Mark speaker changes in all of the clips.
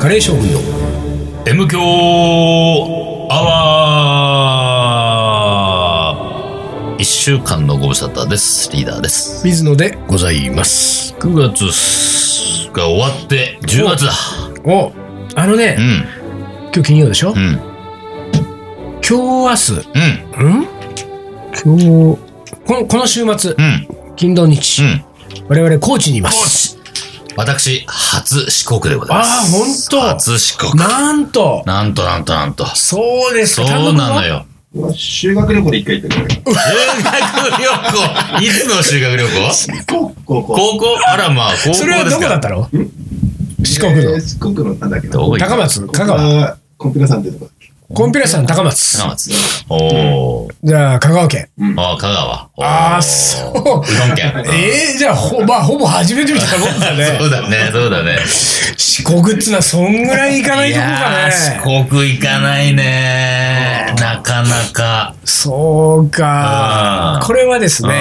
Speaker 1: 大将軍の
Speaker 2: M 強アワー一週間のご無沙汰です。リーダーです。
Speaker 1: 水野でございます。
Speaker 2: 9月が終わって10月だ。
Speaker 1: おあの
Speaker 2: う
Speaker 1: ね、
Speaker 2: ん、
Speaker 1: 今日金曜でしょ、
Speaker 2: うん、
Speaker 1: 今日明
Speaker 2: うん、
Speaker 1: 日、ん今日、この、この週末、
Speaker 2: うん、
Speaker 1: 金土日、
Speaker 2: うん。
Speaker 1: 我々高知にいま
Speaker 2: コー
Speaker 1: す。
Speaker 2: チ私、初四国でございます。
Speaker 1: あーほんと
Speaker 2: 初四国。
Speaker 1: なんと、
Speaker 2: なんとなんとなんと。
Speaker 1: そうです
Speaker 2: そ
Speaker 1: か、
Speaker 2: うなのよ。
Speaker 3: 修学旅行で一回行ったけ
Speaker 2: 修学
Speaker 3: ど、
Speaker 2: 旅行。いつの修学 旅行
Speaker 3: 高高校。
Speaker 2: 高校あらまあ、高校ですか
Speaker 1: それはどこだったの四国
Speaker 3: え
Speaker 1: の
Speaker 3: ー。四国のなんだっけな。
Speaker 2: どこ行った
Speaker 1: 高松、香川。
Speaker 3: 川。コンピュータさんってとこ。
Speaker 1: コンピュラさん高松
Speaker 2: 高。松。おー。
Speaker 1: じゃあ、香川県。
Speaker 2: あー香川。おー
Speaker 1: ああ、そう。
Speaker 2: うどん県。
Speaker 1: ええじゃあ、ほ、まあ、ほぼ初めてみたいなもんだ
Speaker 2: そ
Speaker 1: ね。
Speaker 2: うだね、そうだね。
Speaker 1: 四国っつうのは、そんぐらい行かない
Speaker 2: い
Speaker 1: とこか
Speaker 2: や
Speaker 1: ね。
Speaker 2: ー、四国行かないね。なかなか。
Speaker 1: そうか
Speaker 2: う。ん
Speaker 1: これはですね、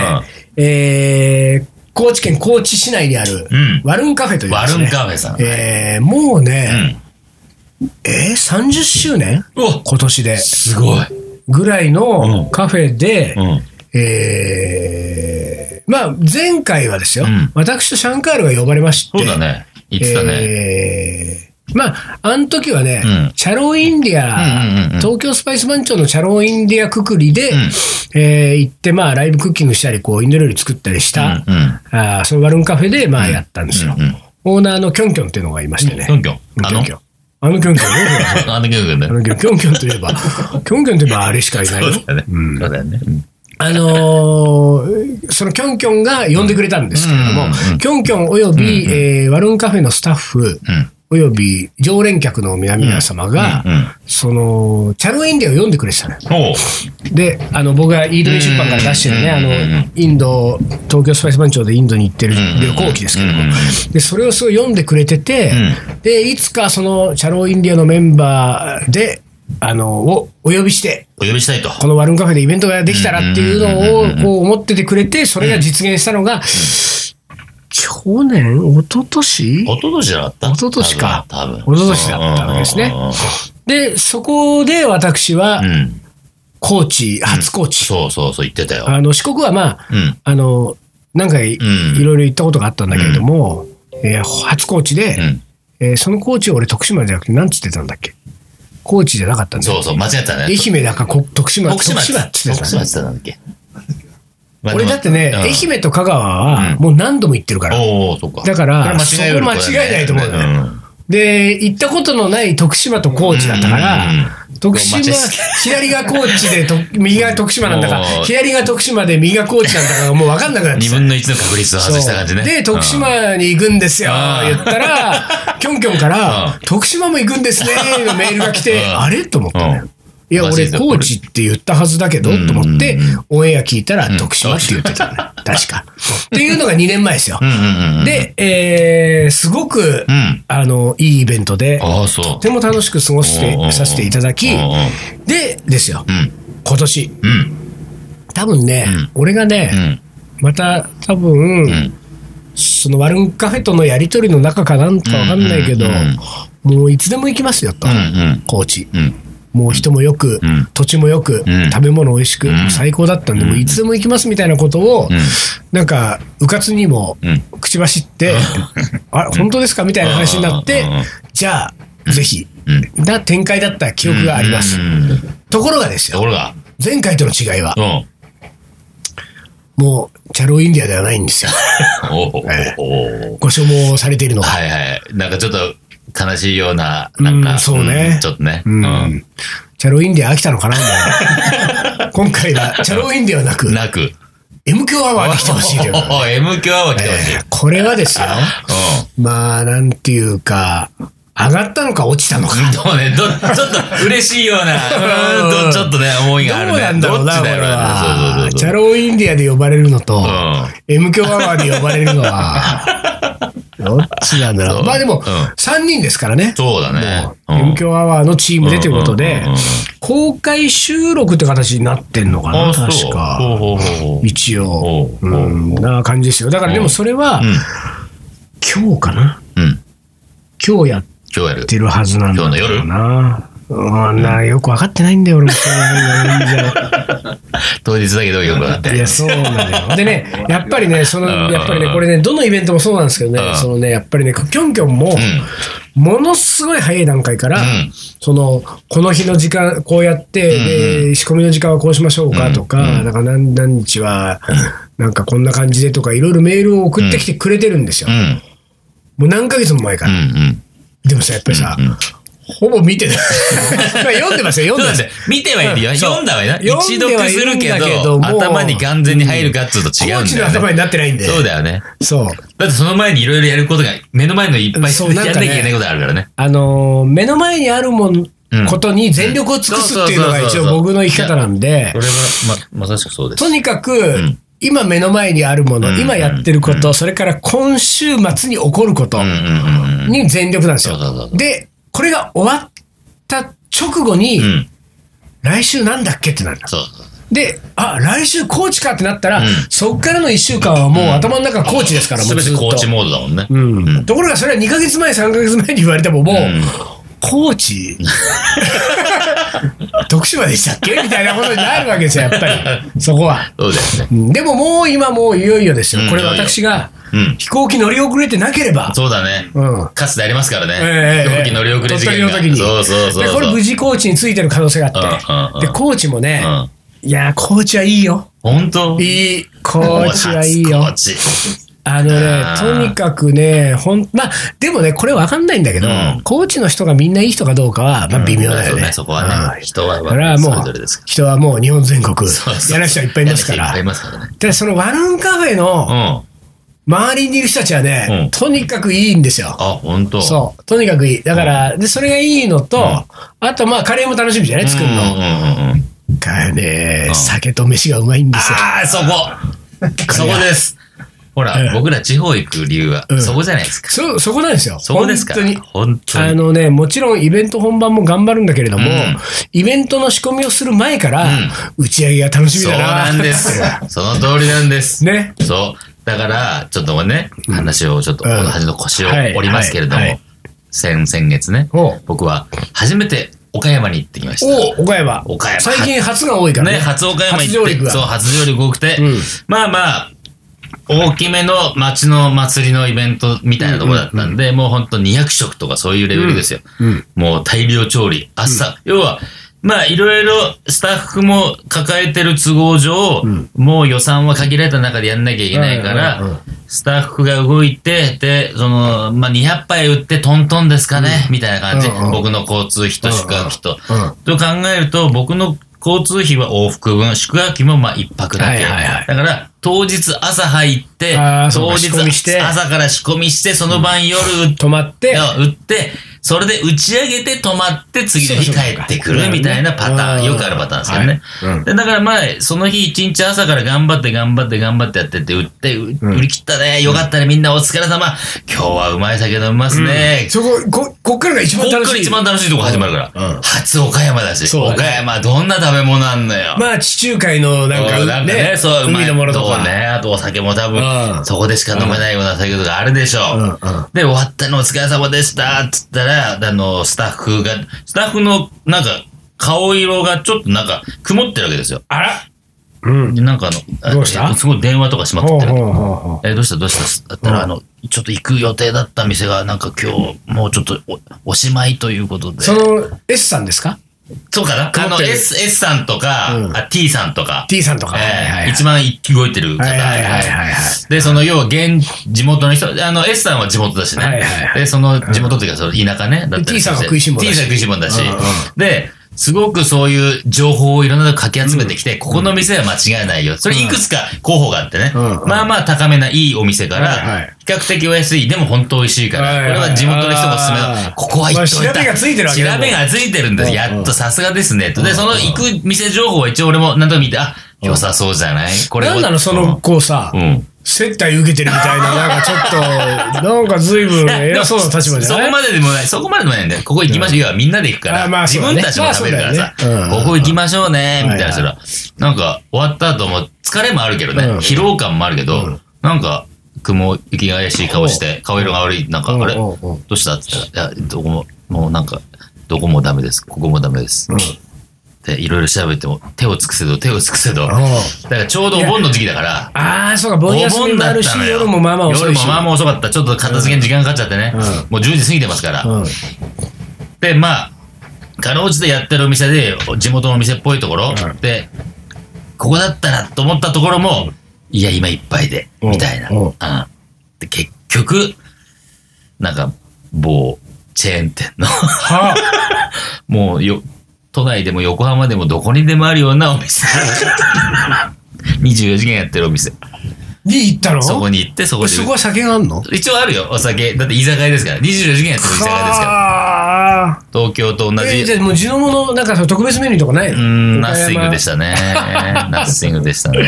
Speaker 1: えー、高知県高知市内にある
Speaker 2: うん、
Speaker 1: ワルンカフェというで
Speaker 2: ワ
Speaker 1: す
Speaker 2: ル
Speaker 1: ね、
Speaker 2: ンカフェさん。
Speaker 1: えー、もうね、えー、30周年
Speaker 2: うん。お
Speaker 1: 今年です
Speaker 2: ごい。
Speaker 1: ぐらいの
Speaker 2: うん
Speaker 1: カフェで、
Speaker 2: うん。
Speaker 1: えー、まあ、前回はですよ、
Speaker 2: うん
Speaker 1: 私とシャンカールが呼ばれまして、
Speaker 2: そうだね。言ってたね。
Speaker 1: えーまあ、あの時はね、
Speaker 2: うん
Speaker 1: チャローインディア、
Speaker 2: うんうんうんうん
Speaker 1: 東京スパイス番長のチャローインディアくくりで、
Speaker 2: ん
Speaker 1: えー行って、まあ、ライブクッキングしたり、こう、インド料理作ったりした、
Speaker 2: うんうん
Speaker 1: あーそのワルンカフェで、まあ、やったんですよ、
Speaker 2: うんうん
Speaker 1: オーナーのキョンキョンっていうのがいましてね。
Speaker 2: キョンキョンあの
Speaker 1: キョン。あのキョンキョンねほら
Speaker 2: あの曲ね
Speaker 1: あ。のキョンキョンキョンとい えば、キョンキョンといえばあれしかいない
Speaker 2: そ
Speaker 1: よ。
Speaker 2: うだね。そうだよね。うん
Speaker 1: あのーそのキョンキョンが呼んでくれたんですけれども、
Speaker 2: うんうんうん
Speaker 1: キョンキョンおよび、えーワルンカフェのスタッフ、
Speaker 2: うん。
Speaker 1: および常連客の皆々様が、
Speaker 2: うんうん
Speaker 1: その、チャルインディアを読んでくれてたのよ。
Speaker 2: おう。
Speaker 1: で、あの、僕がイードリー出版から出してるね、
Speaker 2: うん
Speaker 1: あ
Speaker 2: うんうん
Speaker 1: の、インド、東京スパイス番長でインドに行ってる旅行記ですけど
Speaker 2: うんうん
Speaker 1: も、で、それをすごい読んでくれてて、で、いつかその、チャロインディアのメンバーで、あの、をお呼びして、
Speaker 2: お呼びしたいと。
Speaker 1: このワルンカフェでイベントができたらっていう
Speaker 2: うんうんうんう
Speaker 1: の
Speaker 2: ん
Speaker 1: をこう思っててくれて、それが実現したのが、去年、一昨年
Speaker 2: 一昨年じゃなかった
Speaker 1: 一昨年か
Speaker 2: 多分。
Speaker 1: 一昨年だったわけですね
Speaker 2: うんうんうん
Speaker 1: で、そこで私は、
Speaker 2: うんうん。
Speaker 1: 高知、初高知。
Speaker 2: そうそうそう、言ってたよ。
Speaker 1: あの、四国はまあ、
Speaker 2: うん。
Speaker 1: あの、何回い
Speaker 2: うん
Speaker 1: ろいろ行ったことがあったんだけれども、えー初高知で、
Speaker 2: うん。
Speaker 1: えーその高知を俺徳島じゃなくて、なんつってたんだっけ高知じゃなかったんだよ
Speaker 2: そうそう、間違ったね。
Speaker 1: 愛媛だかこ徳島、
Speaker 2: 徳島
Speaker 1: 徳島っつって
Speaker 2: 徳
Speaker 1: たん
Speaker 2: 島
Speaker 1: だ
Speaker 2: っ
Speaker 1: よ
Speaker 2: つってたんだっけまあ
Speaker 1: 俺だってね、
Speaker 2: うん
Speaker 1: 愛媛と香川は
Speaker 2: うん
Speaker 1: もう何度も行ってるから。
Speaker 2: おおそうか。
Speaker 1: だから
Speaker 2: これ間違えることだね
Speaker 1: そこ間違えないと思うよね
Speaker 2: ん
Speaker 1: で、行ったことのない徳島と高知だったから
Speaker 2: うんうんうん、
Speaker 1: 徳島
Speaker 2: ロマンチ、
Speaker 1: 左が高知でと、右が徳島なんだか
Speaker 2: も、う
Speaker 1: 左が徳島で右が高知なんだかがもう分かんなくなって
Speaker 2: 二
Speaker 1: きた
Speaker 2: 分の一の確率を外した感じね。
Speaker 1: で、徳島に行くんですよ、
Speaker 2: うん
Speaker 1: 言った ら、キョンキョンから
Speaker 2: う、
Speaker 1: 徳島も行くんですね、のメールが来て、
Speaker 2: うん
Speaker 1: あれと思ったの
Speaker 2: う
Speaker 1: よ
Speaker 2: ん。
Speaker 1: いや、
Speaker 2: マジ
Speaker 1: 俺、
Speaker 2: で
Speaker 1: 高知って言ったはずだけど、と
Speaker 2: ん
Speaker 1: 思って
Speaker 2: う、
Speaker 1: オンエア聞いたら、徳島って言ってたのよ。確か。っていうのが2年前ですよ
Speaker 2: う。ん。うんうんうん。、
Speaker 1: で、えー、すごく
Speaker 2: う、ん。
Speaker 1: あの、いいイベントで、
Speaker 2: ああ、そう。
Speaker 1: とても楽しく過ごして
Speaker 2: おうおうおう
Speaker 1: させていただき
Speaker 2: おうおう、
Speaker 1: でですよ、
Speaker 2: うん。
Speaker 1: 今年、
Speaker 2: うん。
Speaker 1: 多分ね、俺がね、
Speaker 2: うん。
Speaker 1: また多分、
Speaker 2: ん
Speaker 1: そのワルンカフェとのやり取りの中かなんとかわかんないけど、
Speaker 2: うんうん
Speaker 1: もういつでも行きますよと、
Speaker 2: うんうん
Speaker 1: 高知。
Speaker 2: うん。
Speaker 1: もう人もよく、
Speaker 2: うん
Speaker 1: 土地もよく、
Speaker 2: うん
Speaker 1: 食べ物美味しく、
Speaker 2: ん
Speaker 1: 最高だったんで、もういつでも行きますみたいなことを、
Speaker 2: ん
Speaker 1: なんか、うかつにも
Speaker 2: うん、
Speaker 1: 口走って、あれ、本当ですかみたいな話になって
Speaker 2: うんうんうんうん、
Speaker 1: じゃあ、ぜひ、な展開だった記憶があります
Speaker 2: う。んうん
Speaker 1: ところがです
Speaker 2: と
Speaker 1: よ、
Speaker 2: ころが、
Speaker 1: 前回との違いは
Speaker 2: う、ん。
Speaker 1: もう、チャロインディアではないんですよ。
Speaker 2: おうおうおう
Speaker 1: ご所望されているのが。
Speaker 2: はいはい。なんかちょっと悲しいような、なん
Speaker 1: う
Speaker 2: か、
Speaker 1: んそうね
Speaker 2: んちょっとね。
Speaker 1: う。ん。チャロインディア飽きたのかなも う今回は、チャロインディアはなく、
Speaker 2: なく。
Speaker 1: M 響アワーに来てほしいということで
Speaker 2: おうおう M 響は来てほしい。
Speaker 1: えーこれはですよ、
Speaker 2: うん。
Speaker 1: まあ、なんていうか、上がったのか落ちたのか。
Speaker 2: そうね、ど、 ちょっと嬉しいような、うんどちょっとね、思い
Speaker 1: どう
Speaker 2: があるね。
Speaker 1: なんだろうな、
Speaker 2: どっ
Speaker 1: こ
Speaker 2: ちだ
Speaker 1: れ
Speaker 2: よな
Speaker 1: は。
Speaker 2: そう
Speaker 1: チ
Speaker 2: そう
Speaker 1: ャ
Speaker 2: そう
Speaker 1: ローインディアで呼ばれるのと
Speaker 2: う、ん
Speaker 1: M 響アワーで呼ばれるのは、 どっちなんだろ。
Speaker 2: そうう
Speaker 1: まあでも
Speaker 2: うん、
Speaker 1: 3人ですからね。
Speaker 2: そうだね。
Speaker 1: M 響アワーのチームでということ
Speaker 2: うん
Speaker 1: で
Speaker 2: うんうんうん、
Speaker 1: 公開収録って形になってんのかな、
Speaker 2: そう
Speaker 1: 確か。
Speaker 2: ほうほうほうほう
Speaker 1: 一応
Speaker 2: おう
Speaker 1: うんな感じですよだからでもそれは
Speaker 2: うん
Speaker 1: 今日かな
Speaker 2: うん。
Speaker 1: 今日やっ
Speaker 2: 今日やる
Speaker 1: てるはずなんだ
Speaker 2: 今日の夜
Speaker 1: よな。うん、なよく分かってないんだよ、俺も。そういうのいいじゃん
Speaker 2: 当日だけどよく分か って
Speaker 1: いや、そうなのよ。でね、やっぱりね、その、
Speaker 2: うん
Speaker 1: やっぱりね、これね、どのイベントもそうなんですけどね
Speaker 2: うん、
Speaker 1: そのね、やっぱりね、キョンキョンも、ものすごい早い段階から、
Speaker 2: うん
Speaker 1: その、この日の時間、こうやって、で仕込みの時間はこうしましょうかとか、なんか何何日は、なんかこんな感じでとか、いろいろメールを送ってきてくれてるんですよ
Speaker 2: う。ん
Speaker 1: もう何ヶ月も前から。
Speaker 2: うんうん
Speaker 1: でもさ、やっぱりさ、ほぼ見てない まあ読んでますよ、読ん
Speaker 2: そうなん
Speaker 1: でます
Speaker 2: ですよ。見てはいるよ。
Speaker 1: うん
Speaker 2: 読んだはいな。
Speaker 1: そう
Speaker 2: 一読する
Speaker 1: 読ん
Speaker 2: け
Speaker 1: ではいるんだけ
Speaker 2: ど、
Speaker 1: ども
Speaker 2: 頭に完全に入るかっつうと
Speaker 1: コ
Speaker 2: 違う
Speaker 1: ー
Speaker 2: ん
Speaker 1: チの
Speaker 2: だよ
Speaker 1: 頭
Speaker 2: ね。
Speaker 1: になってないんで。
Speaker 2: そうだよね。
Speaker 1: そう。
Speaker 2: だってその前にいろいろやることが、目の前のいっぱい
Speaker 1: そうなんか
Speaker 2: や
Speaker 1: ね
Speaker 2: んなきゃいけないことあるからね。
Speaker 1: あのー目の前にあるもん、
Speaker 2: うん
Speaker 1: ことに全力を尽くすっていうのが一応僕の生き方なんで
Speaker 2: こ、れは、ま、まさしくそうです。
Speaker 1: とにかく、
Speaker 2: ん
Speaker 1: 今目の前にあるもの、
Speaker 2: うん
Speaker 1: 今やってること、それから今週末に起こること
Speaker 2: うんうんうん。
Speaker 1: に全力なんですよ
Speaker 2: そうそうそうそ。う
Speaker 1: で、これが終わった直後に、
Speaker 2: うん。
Speaker 1: 来週なんだっけってなるんだ。
Speaker 2: そう。
Speaker 1: で、あ、来週コーチかってなったら、
Speaker 2: ん
Speaker 1: そっからの1週間はもう頭の中コーチですから、も
Speaker 2: す
Speaker 1: う
Speaker 2: べ
Speaker 1: ず
Speaker 2: て
Speaker 1: っ
Speaker 2: コー
Speaker 1: と。
Speaker 2: チモードだもんね。
Speaker 1: うん、ところがそれは2ヶ月前、3ヶ月前に言われても、もう、
Speaker 2: ん
Speaker 1: コーチ 徳島でしたっけみたいなことになるわけですよ、やっぱり、そこは。
Speaker 2: そうだよね。
Speaker 1: うんでももう今もういよいよですよ
Speaker 2: うん。
Speaker 1: これ
Speaker 2: いよいよ
Speaker 1: 私が
Speaker 2: うん。
Speaker 1: 飛行機乗り遅れてなければ。
Speaker 2: そうだね。
Speaker 1: うん。
Speaker 2: かつてありますから
Speaker 1: え
Speaker 2: ね。
Speaker 1: えええ
Speaker 2: 飛行機乗り遅れ事件が。
Speaker 1: 鳥取の時に
Speaker 2: そうそうそう
Speaker 1: で、
Speaker 2: そう。
Speaker 1: これ無事コーチについてる可能性があ
Speaker 2: うんうんう
Speaker 1: っ
Speaker 2: ん
Speaker 1: て。で、コーチもね、いやー、コーチはいいよ。
Speaker 2: 本当
Speaker 1: いい。コーチはいいよ
Speaker 2: コー。チ。
Speaker 1: あのね
Speaker 2: あ、
Speaker 1: と
Speaker 2: ー
Speaker 1: にかくね、ほん、まあ、でもね、これわかんないんだけど、
Speaker 2: うん
Speaker 1: コーチの人がみんないい人かどうかは、まあ、微妙だよね。
Speaker 2: うんそうねそこはね
Speaker 1: うん
Speaker 2: 人は
Speaker 1: これはも
Speaker 2: それ
Speaker 1: う
Speaker 2: ぞれですか、
Speaker 1: 人はもう日本全国
Speaker 2: そうそう、
Speaker 1: やら人はいっぱいいますか
Speaker 2: やる人いっぱいい
Speaker 1: ら。
Speaker 2: ますからね。
Speaker 1: で、そのワルーンカフェ
Speaker 2: うん。
Speaker 1: の
Speaker 2: あ、
Speaker 1: 周りにいる人たちはね、
Speaker 2: うん
Speaker 1: とにかくいいんですよ。
Speaker 2: 本当
Speaker 1: そう。とにかくいい。だから、で、それがいいのと、あと、まあ、カレーも楽しみじゃない作る
Speaker 2: うん
Speaker 1: の。
Speaker 2: うんうんうん。
Speaker 1: がね
Speaker 2: う、ん
Speaker 1: 酒と飯がうまいんですよ。
Speaker 2: ああ、そこそこです。ほ
Speaker 1: うん
Speaker 2: ら、僕ら地方行く理由は
Speaker 1: うん、
Speaker 2: そこじゃないですか。
Speaker 1: そ、そこなんですよ。
Speaker 2: そこですから。
Speaker 1: 本当に。
Speaker 2: 本当
Speaker 1: あ
Speaker 2: に。
Speaker 1: のね、もちろんイベント本番も頑張るんだけれども、
Speaker 2: うん
Speaker 1: イベントの仕込みをする前から、打ち上げが楽しみ
Speaker 2: そう
Speaker 1: だな。
Speaker 2: なんです。 その通りなんです。
Speaker 1: ね。
Speaker 2: そう。だから、ちょっとね、話を、ちょっと、
Speaker 1: うん
Speaker 2: 話の腰を
Speaker 1: はい
Speaker 2: 折りますけれど
Speaker 1: はいは
Speaker 2: も
Speaker 1: い、
Speaker 2: 先、先月ね
Speaker 1: おう、
Speaker 2: 僕は初めて岡山に行ってきました。
Speaker 1: お、岡山。
Speaker 2: 岡山
Speaker 1: 最近初が多いからね。
Speaker 2: ね、初岡山
Speaker 1: 初
Speaker 2: 行
Speaker 1: 上
Speaker 2: って、
Speaker 1: 陸が。
Speaker 2: そう、初上陸多くて、
Speaker 1: うん
Speaker 2: まあまあ、大きめの町の祭りのイベントみたいなところだったんで、もうほんと200食とかそういうレベルですよ。
Speaker 1: うん
Speaker 2: もう大量調理、朝、要は、まあいろいろスタッフも抱えてる都合上、もう予算は限られた中でやんなきゃいけないか
Speaker 1: う
Speaker 2: ら、
Speaker 1: んうんうん
Speaker 2: スタッフが動いて、で、その、まあ200杯売ってトントンですかね、みたいな感じ。
Speaker 1: うんうん
Speaker 2: 僕の交通費と宿泊費と。
Speaker 1: うんうん
Speaker 2: と考えると、僕の交通費は往復分、宿泊費もまあ一泊だけ。
Speaker 1: はいはいはい
Speaker 2: だから、当日朝入って
Speaker 1: あー、そう
Speaker 2: 当
Speaker 1: か
Speaker 2: 日
Speaker 1: 仕込みして
Speaker 2: 朝から仕込みして、その晩夜売っ
Speaker 1: 泊まって、
Speaker 2: 打って、それで打ち上げて止まって、次の日帰ってくるみたいなパターン、
Speaker 1: そうそうそう
Speaker 2: よくあるパターンですよね。でだからまあ、その日一日朝から頑張って頑張って頑張ってやってって、売って、う売り切ったね、よかったね、みんなお疲れ様、今日はうまい酒飲みますね、
Speaker 1: そこ、こ、こっからが一
Speaker 2: こ
Speaker 1: 番
Speaker 2: っか
Speaker 1: 楽
Speaker 2: ら
Speaker 1: しい。
Speaker 2: 一番楽しいとこ始まるから。
Speaker 1: うん
Speaker 2: 初岡山だし、
Speaker 1: そうだね
Speaker 2: 岡山どんな食べ物あんのよ。
Speaker 1: まあ、地中海のなんか、
Speaker 2: うんなんかね、そう、うま
Speaker 1: 海
Speaker 2: い
Speaker 1: のものと
Speaker 2: そう
Speaker 1: か。
Speaker 2: ね。あとお酒も多分、
Speaker 1: うん
Speaker 2: そこでしか飲めないような酒とかあるでしょう。
Speaker 1: うんうん
Speaker 2: で、終わったのお疲れ様でしたっつったら、あの、スタッフが、スタッフの、なんか、顔色がちょっとなんか、曇ってるわけですよ。
Speaker 1: あらうん。
Speaker 2: でなんかあの、あ
Speaker 1: どうした
Speaker 2: えすごい電話とかしまく
Speaker 1: ほ
Speaker 2: っ
Speaker 1: う
Speaker 2: てる。
Speaker 1: ほうほうほ
Speaker 2: えどうしたどうしただったら、あの、ちょっと行く予定だった店が、なんか今日、もうちょっとおおしまいということで。
Speaker 1: う。その、S さんですか
Speaker 2: そうかなあ
Speaker 1: 曇っ
Speaker 2: の、
Speaker 1: てる
Speaker 2: S、S さんとか、
Speaker 1: うん
Speaker 2: あ T さんとか、
Speaker 1: ?T さんとか。はいはいは
Speaker 2: え
Speaker 1: い
Speaker 2: ー一番動いてる方。
Speaker 1: はいはいはいはいはい。
Speaker 2: で、その、要は、現、地元の人、あの、S さんは地元だしね。
Speaker 1: はいはいはい
Speaker 2: で、その、地元というか、その、田舎ね。だったりして
Speaker 1: T さんは食いしん坊だ
Speaker 2: T
Speaker 1: し
Speaker 2: さんは食いしん坊だし
Speaker 1: うんうん。
Speaker 2: で、すごくそういう情報をいろんなとこかき集めてきて、ここの店は間違いないよ。それいくつか候補があってね。
Speaker 1: うんうん
Speaker 2: まあまあ高めないいお店から、
Speaker 1: はいはい
Speaker 2: 比較的お安い、でも本当美味しいから、
Speaker 1: はいはい
Speaker 2: これは地元の人がおすすめ
Speaker 1: あ
Speaker 2: だ
Speaker 1: ー。
Speaker 2: ここは行っといた。
Speaker 1: まあ調べがついてるわけだもん
Speaker 2: 調べがついてる
Speaker 1: う
Speaker 2: ん
Speaker 1: ん
Speaker 2: だ。
Speaker 1: うん
Speaker 2: やっとさすがですね。とで、その行く店情報は一応俺も何度か見て、あ、良さそうじゃないこれ
Speaker 1: なんなのその、こうさ、
Speaker 2: うん。
Speaker 1: 接待受けてるみた いな、なんかちょっと、なんか随分偉そうな立場じゃ
Speaker 2: そ
Speaker 1: な
Speaker 2: こ
Speaker 1: い
Speaker 2: まででもない、そこまででもないんだよ。ここ行きましょう。いや、みんなで行くか
Speaker 1: あ
Speaker 2: ら、
Speaker 1: まあそ
Speaker 2: 自
Speaker 1: うだ
Speaker 2: 分
Speaker 1: ね
Speaker 2: たちも食べるからさ
Speaker 1: まあそうだよね、うん
Speaker 2: ここ行きましょうね、みたい
Speaker 1: は
Speaker 2: ないそら。なんか、終わった後も疲れもあるけど
Speaker 1: うん
Speaker 2: ね、疲労感もあるけど、なんか、雲行きが怪しい顔して、顔色が悪い、なんか、
Speaker 1: うん
Speaker 2: あれ
Speaker 1: うん
Speaker 2: ど
Speaker 1: うん
Speaker 2: うしたって言ったら、いや、どこも、もうなんか、どこもダメです、ここもダメです。で、いろいろ調べても、手を尽くせど、手を尽くせど、だからちょうどお盆の時期だから、
Speaker 1: ああ、そうか、
Speaker 2: お
Speaker 1: 盆休み
Speaker 2: 盆
Speaker 1: も
Speaker 2: だ
Speaker 1: あ
Speaker 2: っ
Speaker 1: る
Speaker 2: た
Speaker 1: し、
Speaker 2: のよ。
Speaker 1: 夜もまあまあ遅いし。
Speaker 2: 夜もまあまあ遅かった。ちょっと片付けに時間かかっちゃってね
Speaker 1: うん。
Speaker 2: もう10時過ぎてますから。
Speaker 1: うん
Speaker 2: で、まあ、かろうじてやってるお店で、地元のお店っぽいところ、
Speaker 1: うん
Speaker 2: で、ここだったらと思ったところも、いや、今いっぱいで、
Speaker 1: うん
Speaker 2: みたいな。
Speaker 1: うん
Speaker 2: うんで、結局、なんか、某チェーン店の、
Speaker 1: はあ
Speaker 2: もうよ、都内でも横浜でもどこにでもあるようなお店。24時間やってるお店。
Speaker 1: に行ったの
Speaker 2: そこ
Speaker 1: そ
Speaker 2: に行って、そこで。
Speaker 1: こは酒があんの
Speaker 2: 一応あるよ、お酒。だって居酒屋ですから。24時間やってる居酒屋ですから。
Speaker 1: はあ。
Speaker 2: 東京と同
Speaker 1: え
Speaker 2: じ。
Speaker 1: ーじゃあもう地のもの、なんかその特別メニューとかないうの。
Speaker 2: ーん、ナッシングでしたたね。ナッシングでしたね。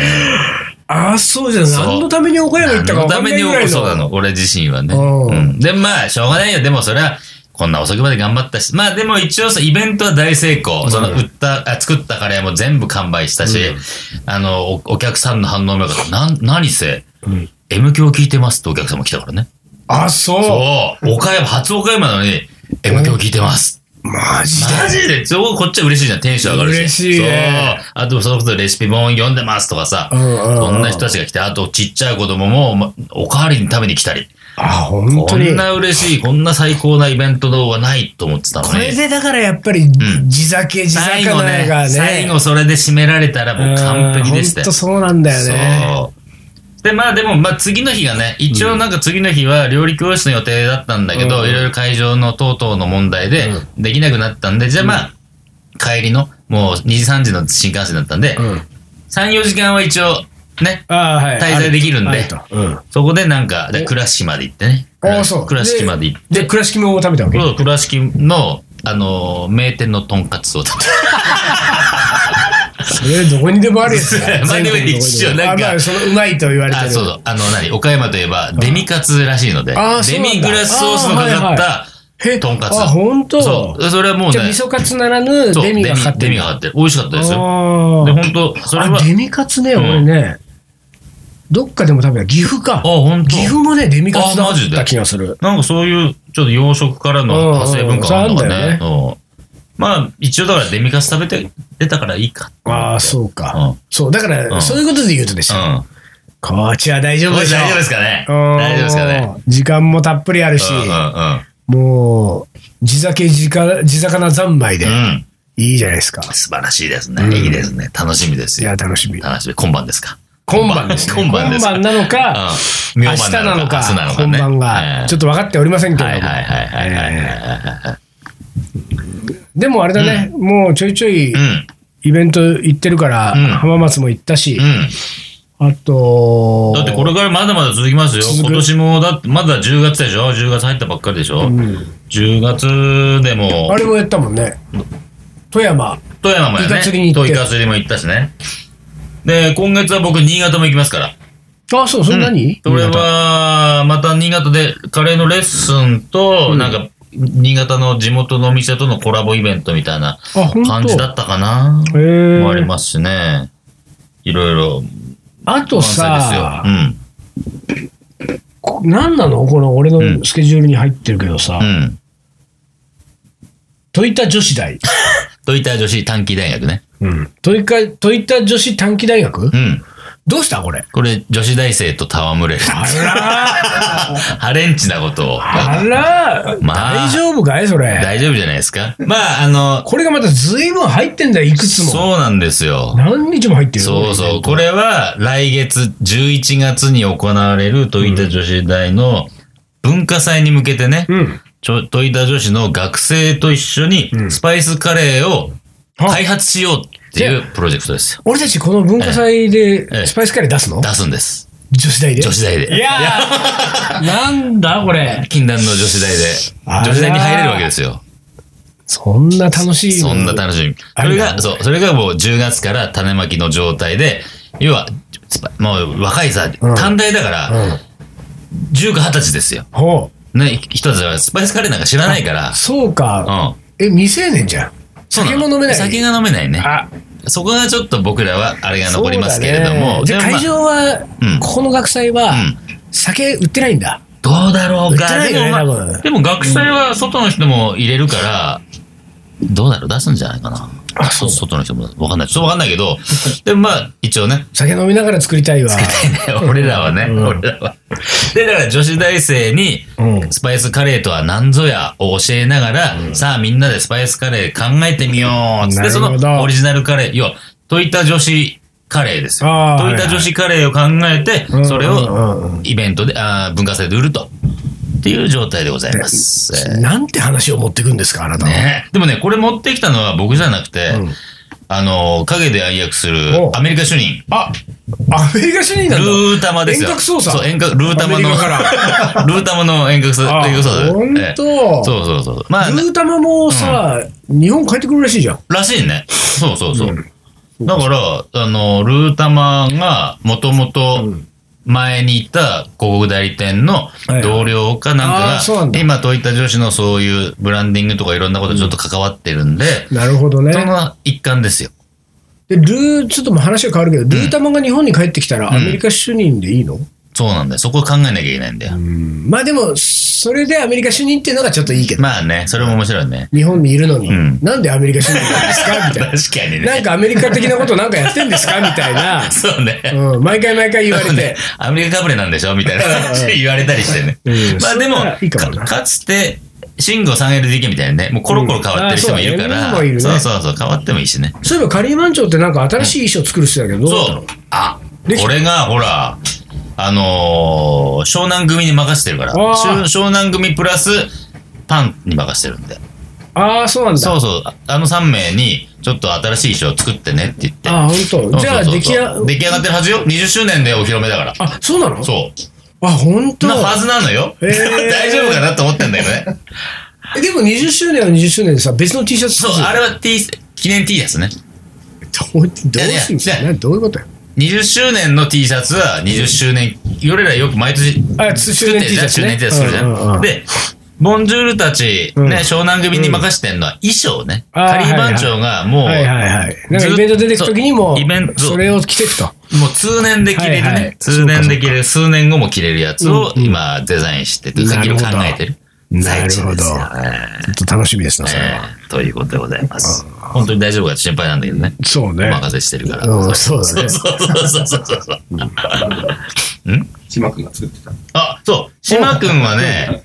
Speaker 1: ああ、そうじゃん。
Speaker 2: そう
Speaker 1: 何のために岡山行ったか
Speaker 2: の
Speaker 1: 分か
Speaker 2: た
Speaker 1: ん
Speaker 2: め
Speaker 1: ない
Speaker 2: に
Speaker 1: ぐらいの。
Speaker 2: そうなの、俺自身はね。
Speaker 1: うん
Speaker 2: うんで、まあ、しょうがないよ。でもそれは、こんな遅くまで頑張ったし。まあでも一応さ、イベントは大成功。その、売った、あ作ったカレーも全部完売したし、あのお、お客さんの反応もよかった。なん、何せ、
Speaker 1: うん。
Speaker 2: M 響聞いてますってお客さんも来たからね。
Speaker 1: あ、そ
Speaker 2: そう。岡山、初岡山なのに、M 響聞いてます。
Speaker 1: う。マジで。
Speaker 2: マジでそここっちは嬉しいじゃん。テンション上がるし。
Speaker 1: 嬉しいね
Speaker 2: そう。あと、そのことレシピ本読んでますとかさ。
Speaker 1: うんうんうん
Speaker 2: こんな人たちが来て、あとちっちゃい子供もまおかわりに食べに来たり。
Speaker 1: あ、本
Speaker 2: こ
Speaker 1: 当に
Speaker 2: ん。な嬉しい、こんな最高なイベント動画ないと思ってたの
Speaker 1: これ
Speaker 2: に。
Speaker 1: でだからやっぱり、
Speaker 2: ん
Speaker 1: 地酒、地
Speaker 2: 最
Speaker 1: 酒
Speaker 2: 後
Speaker 1: な
Speaker 2: ね
Speaker 1: いがね。
Speaker 2: 最後それで締められたらもう完璧でした
Speaker 1: 本
Speaker 2: よ
Speaker 1: 当。そうなんだよね。
Speaker 2: そう。で、まあでも、まあ次の日がね、一応なんか次の日は料理教室の予定だったんだけど、
Speaker 1: うん
Speaker 2: いろいろ会場の等々の問題でできなくなったんで、じゃあまあ、帰りの、もう2時3時の新幹線だったんで、
Speaker 1: うん。
Speaker 2: 3、4時間は一応、ね、
Speaker 1: ああ、はい。
Speaker 2: 滞在できるんで
Speaker 1: あとあとうん。
Speaker 2: そこでなんか、で倉敷まで行ってね。
Speaker 1: ああ、そう。
Speaker 2: 倉敷まで行って
Speaker 1: で、、倉敷も食べたわけ。
Speaker 2: そう倉敷の、あのー名店のとんかつを食べた。
Speaker 1: それどこにでもあるやつだ
Speaker 2: まあでも一応なんか
Speaker 1: あまあそのうまいと言われて
Speaker 2: あ、
Speaker 1: る。
Speaker 2: そうそう。あの、何岡山といえば、デミカツらしいので、
Speaker 1: あーそ
Speaker 2: デ
Speaker 1: うなんだ
Speaker 2: ミグラスソースのかかった
Speaker 1: へ
Speaker 2: とんかつ。
Speaker 1: あ、本当。
Speaker 2: そう。それはもう
Speaker 1: じゃあ
Speaker 2: ね、
Speaker 1: 味噌カツならぬ
Speaker 2: そう
Speaker 1: デミがかかって
Speaker 2: デミデミがかかってる。美味しかったですよ。
Speaker 1: よ
Speaker 2: で、本当それは
Speaker 1: あ、、デミカツね、
Speaker 2: うん
Speaker 1: 俺ね、どっかでも食べた。岐阜か
Speaker 2: あ、。本当
Speaker 1: 岐阜もね、デミカツだ
Speaker 2: あマジ
Speaker 1: っ
Speaker 2: で
Speaker 1: た気がする。
Speaker 2: なんかそういう、ちょっと洋食からの派生文化があるのか
Speaker 1: うんうんうん
Speaker 2: ね。うんまあ、一応だからデミカツ食べて出たからいいか。
Speaker 1: ああ、そう
Speaker 2: う
Speaker 1: か
Speaker 2: ん。
Speaker 1: そう、だか
Speaker 2: う
Speaker 1: ら、
Speaker 2: ん
Speaker 1: そういうことで言うとです
Speaker 2: う
Speaker 1: よ。
Speaker 2: ん。
Speaker 1: こっちは大丈夫
Speaker 2: 大
Speaker 1: でしょ。
Speaker 2: 丈夫ですかね
Speaker 1: うん
Speaker 2: 大丈夫ですかね。
Speaker 1: 時間もたっぷりあるし
Speaker 2: う、んう
Speaker 1: もう、地酒、地か地魚三昧で
Speaker 2: んうん。うん。
Speaker 1: いいじゃないですか。
Speaker 2: 素晴らしいです
Speaker 1: うん
Speaker 2: ね。いいですね。楽しみです
Speaker 1: い
Speaker 2: よ
Speaker 1: や、。楽しみ。
Speaker 2: 楽しみ。今晩ですか。
Speaker 1: 今晩ですね。
Speaker 2: 今晩ですか。
Speaker 1: なのか、
Speaker 2: うん
Speaker 1: 明日なのか、
Speaker 2: 明日なのか
Speaker 1: 今
Speaker 2: ね。
Speaker 1: 晩が、ちょっ
Speaker 2: っ
Speaker 1: と分かっておりませんけ
Speaker 2: と
Speaker 1: れど
Speaker 2: はい
Speaker 1: も。
Speaker 2: はいはいはいはいはい。
Speaker 1: でもあれだね、もうちょいちょい
Speaker 2: うん。
Speaker 1: イベント行ってるから、
Speaker 2: うん
Speaker 1: 浜松も行ったし、
Speaker 2: う
Speaker 1: あと
Speaker 2: ん。、だってこれからまだまだ続きますよ。
Speaker 1: 続く
Speaker 2: 今年も、だってまだ10月でしょ ?10 月入ったばっかりでし
Speaker 1: う
Speaker 2: ょ、うん ?10 月でも
Speaker 1: あ、れもやったもんね。富山。
Speaker 2: 富山もやね。
Speaker 1: イカ釣りに行って
Speaker 2: イカ釣りも行ったしね。で、今月は僕、新潟も行きますから。
Speaker 1: あ、そう、それ何、
Speaker 2: それ
Speaker 1: 新潟
Speaker 2: は、また新潟でカレーのレッスンと、なんか、新潟の地元のお店とのコラボイベントみたいな
Speaker 1: あ、本当
Speaker 2: 感じだったかな。
Speaker 1: へー
Speaker 2: もありますしね。いろいろ。
Speaker 1: あと
Speaker 2: 満載ですよ
Speaker 1: さ
Speaker 2: う、ん。
Speaker 1: こ何なのこの俺
Speaker 2: う
Speaker 1: の
Speaker 2: ん
Speaker 1: スケジュールに入ってるけどさ、
Speaker 2: うん。
Speaker 1: トイタ女子大。
Speaker 2: といった女子短期大学ね。
Speaker 1: うん。トイカ、トイタ女子短期大学、
Speaker 2: うん。
Speaker 1: どうしたこれ。
Speaker 2: これ、女子大生と戯れる。ハレンチなこと を。
Speaker 1: あら、
Speaker 2: まあ
Speaker 1: 大丈夫かいそれ。
Speaker 2: 大丈夫じゃないですか。まあ、あの、
Speaker 1: これがまた随分入ってんだよ、いくつも。
Speaker 2: そうなんですよ。
Speaker 1: 何日も入ってるよ
Speaker 2: そう
Speaker 1: これ
Speaker 2: そう。
Speaker 1: ね
Speaker 2: これは来月11月に行われるトイタ女子大の文化祭に向けてね、
Speaker 1: うん。
Speaker 2: ちょトイタ女子の学生と一緒に
Speaker 1: うん
Speaker 2: スパイスカレーを
Speaker 1: あ
Speaker 2: 開発しようっていうプロジェクトですよ。
Speaker 1: 俺たちこの文化祭
Speaker 2: え
Speaker 1: で
Speaker 2: え
Speaker 1: スパイスカレー出すの
Speaker 2: 出すんです。
Speaker 1: 女子大で
Speaker 2: 女子大で。
Speaker 1: いやー、 なんだこれ。
Speaker 2: 禁断の女子大で。
Speaker 1: あら
Speaker 2: 女子大に入れるわけですよ。
Speaker 1: そんな楽しい。
Speaker 2: そんな楽しみ。
Speaker 1: あ
Speaker 2: そ
Speaker 1: り
Speaker 2: れ
Speaker 1: だ
Speaker 2: が、そう、それがもう10月から種まきの状態で、要は、スパもう若いさ、
Speaker 1: うん
Speaker 2: 短大だから、
Speaker 1: うん。
Speaker 2: 19か20歳ですよ。
Speaker 1: ほ
Speaker 2: ね、人たちはスパイスカレーなんか知らないから
Speaker 1: う。、そうか。
Speaker 2: うん。
Speaker 1: え、未成年じゃん。
Speaker 2: そうな
Speaker 1: 酒
Speaker 2: の
Speaker 1: も飲めない。
Speaker 2: 酒が飲めないね。
Speaker 1: あ、
Speaker 2: そこがちょっと僕らはあれが
Speaker 1: そう
Speaker 2: 残りますけれど
Speaker 1: だね
Speaker 2: も。
Speaker 1: じゃあ
Speaker 2: でもまあ
Speaker 1: 会場は
Speaker 2: う、ん
Speaker 1: ここの学祭は
Speaker 2: う、ん
Speaker 1: 酒売ってないんだ。
Speaker 2: どうだろうか。
Speaker 1: 売って
Speaker 2: で
Speaker 1: な
Speaker 2: も
Speaker 1: いよね
Speaker 2: ま
Speaker 1: 多
Speaker 2: あ、
Speaker 1: 分
Speaker 2: でも学祭は外の人も入れるから、どうだろう出すんじゃないかな。
Speaker 1: あそう
Speaker 2: 外の人もわかんない。ちょっとわかんないけど、でもまあ、一応ね、
Speaker 1: 酒飲みながら作りたいわ。
Speaker 2: 俺らはね、
Speaker 1: うん
Speaker 2: 俺らは。で、だから女子大生に、
Speaker 1: うん
Speaker 2: スパイスカレーとは何ぞやを教えながら、さあみんなでスパイスカレー考えてみようっつって、
Speaker 1: な
Speaker 2: そ
Speaker 1: るほど
Speaker 2: のオリジナルカレー、要は、溶いた女子カレーですよ。
Speaker 1: あー
Speaker 2: 溶いた女子カレーを考えて、
Speaker 1: うん
Speaker 2: それ
Speaker 1: うんうん
Speaker 2: をイベントで、あー文化祭で売ると。っていう状態でございます。
Speaker 1: なんて話を持ってくんですか、あなたは。
Speaker 2: ねでもね、これ持ってきたのは僕じゃなくて、
Speaker 1: うん
Speaker 2: あの、影で暗躍する
Speaker 1: お
Speaker 2: アメリカ主任、
Speaker 1: あアメリカ主任なんだ。
Speaker 2: ルータマですよ。
Speaker 1: 遠隔操作
Speaker 2: そう、遠隔、ルータマ
Speaker 1: アメ
Speaker 2: の、
Speaker 1: リカか
Speaker 2: ルータマの遠隔操
Speaker 1: あ
Speaker 2: 作。遠隔操作
Speaker 1: ほんと
Speaker 2: ええそうそうそう。まあ、
Speaker 1: ルータマもさ、日本帰ってくるらしいじゃん。
Speaker 2: らしいね。そうそうそう。だから、あの、ルータマが、もともと、前にいた広告代理店の
Speaker 1: い
Speaker 2: 同僚かなん
Speaker 1: あー
Speaker 2: か
Speaker 1: そうなんだ
Speaker 2: が、今といった女子のそういうブランディングとかいろんなことちょっと関わってるんで、
Speaker 1: なるほどね
Speaker 2: そ。の一環ですよ。
Speaker 1: で、ルー、ちょっともう話が変わるけど、ルータマが日本に帰ってきたら、アメリカ主任でいいの、
Speaker 2: そうなんだよ。そこ考えなきゃいけないんだよ。
Speaker 1: まあでも、それでアメリカ主任っていうのがちょっといいけど、
Speaker 2: まあね、それも面白いね。
Speaker 1: 日本にいるのに、
Speaker 2: うん
Speaker 1: なんでアメリカ主任なんですかみたいな。
Speaker 2: 確かに
Speaker 1: なん
Speaker 2: ね。
Speaker 1: かアメリカ的なことなんかやってんですかみたいな、
Speaker 2: そうね。
Speaker 1: うん、毎回毎回言われて。
Speaker 2: アメリカかぶれなんでしょみたいな話で言われたりしてね
Speaker 1: うん。
Speaker 2: まあでも
Speaker 1: それならいいかもな
Speaker 2: か、かつて、慎吾 3LDK みたいなね、もうコロコロ変わってる人もいるか
Speaker 1: うんあ
Speaker 2: ら、
Speaker 1: そうだね
Speaker 2: そ
Speaker 1: 日本も
Speaker 2: う
Speaker 1: いるね
Speaker 2: そうそう、変わってもいいしね。
Speaker 1: そういえばカリーマンチョってなんか新しい衣装作る人だけど、どうだった
Speaker 2: そ
Speaker 1: の
Speaker 2: う。あ、
Speaker 1: できた
Speaker 2: これがほら、あのー湘南組に任せてるから、
Speaker 1: あー
Speaker 2: 湘湘南組プラスパンに任せてるんで。
Speaker 1: ああ、そうなんだ。
Speaker 2: そうそう、ああの3名に、ちょっと新しい衣装を作ってねって言って。
Speaker 1: ああ、本当。じゃあ、
Speaker 2: そうそう
Speaker 1: 出来
Speaker 2: そう
Speaker 1: や、
Speaker 2: 出来上がってるはずよ。20周年でお披露目だから。
Speaker 1: あ、そうなの
Speaker 2: そう。
Speaker 1: あ、本当。
Speaker 2: なはずなのよ。
Speaker 1: へー
Speaker 2: 大丈夫かなと思ってんだけどね。
Speaker 1: えでも20周年は20周年でさ、別の T シャツ
Speaker 2: そう、あれは T、記念 T シャツね。
Speaker 1: どうどうすん
Speaker 2: いやいや
Speaker 1: のなどういうことよ。
Speaker 2: 20周年の T シャツは20周年、俺らよく毎年
Speaker 1: あつ周年 T シャツね
Speaker 2: 作ってるじゃん周年 T シャツするじゃ。
Speaker 1: うんうんうんん
Speaker 2: で、ボンジュールたち、
Speaker 1: うん
Speaker 2: ね、湘南組に任せてんのは衣装ね。
Speaker 1: あー
Speaker 2: カリー番長がもう、
Speaker 1: はいはいはい。なんかイ
Speaker 2: ずっと
Speaker 1: ベント出てく時にも
Speaker 2: そうイベン、ト
Speaker 1: それを着てくと。
Speaker 2: もう通年で着れるね。
Speaker 1: はいはい
Speaker 2: 通年で着れる、数年後も着れるやつを今デザインしてて、
Speaker 1: なるほ
Speaker 2: 考
Speaker 1: ど
Speaker 2: えてる。最中ですよはい
Speaker 1: ちょっと楽しみですな、それ
Speaker 2: え
Speaker 1: は。
Speaker 2: ーということでございます。本当に大丈夫か心配なんだけどね。
Speaker 1: そう
Speaker 2: お
Speaker 1: ね。
Speaker 2: 任せしてるから。
Speaker 1: うんそうだ
Speaker 2: そう
Speaker 1: ね。
Speaker 2: そうそうそうそうそう。
Speaker 3: 島君が作ってた。
Speaker 2: あ、そう。島くんはね、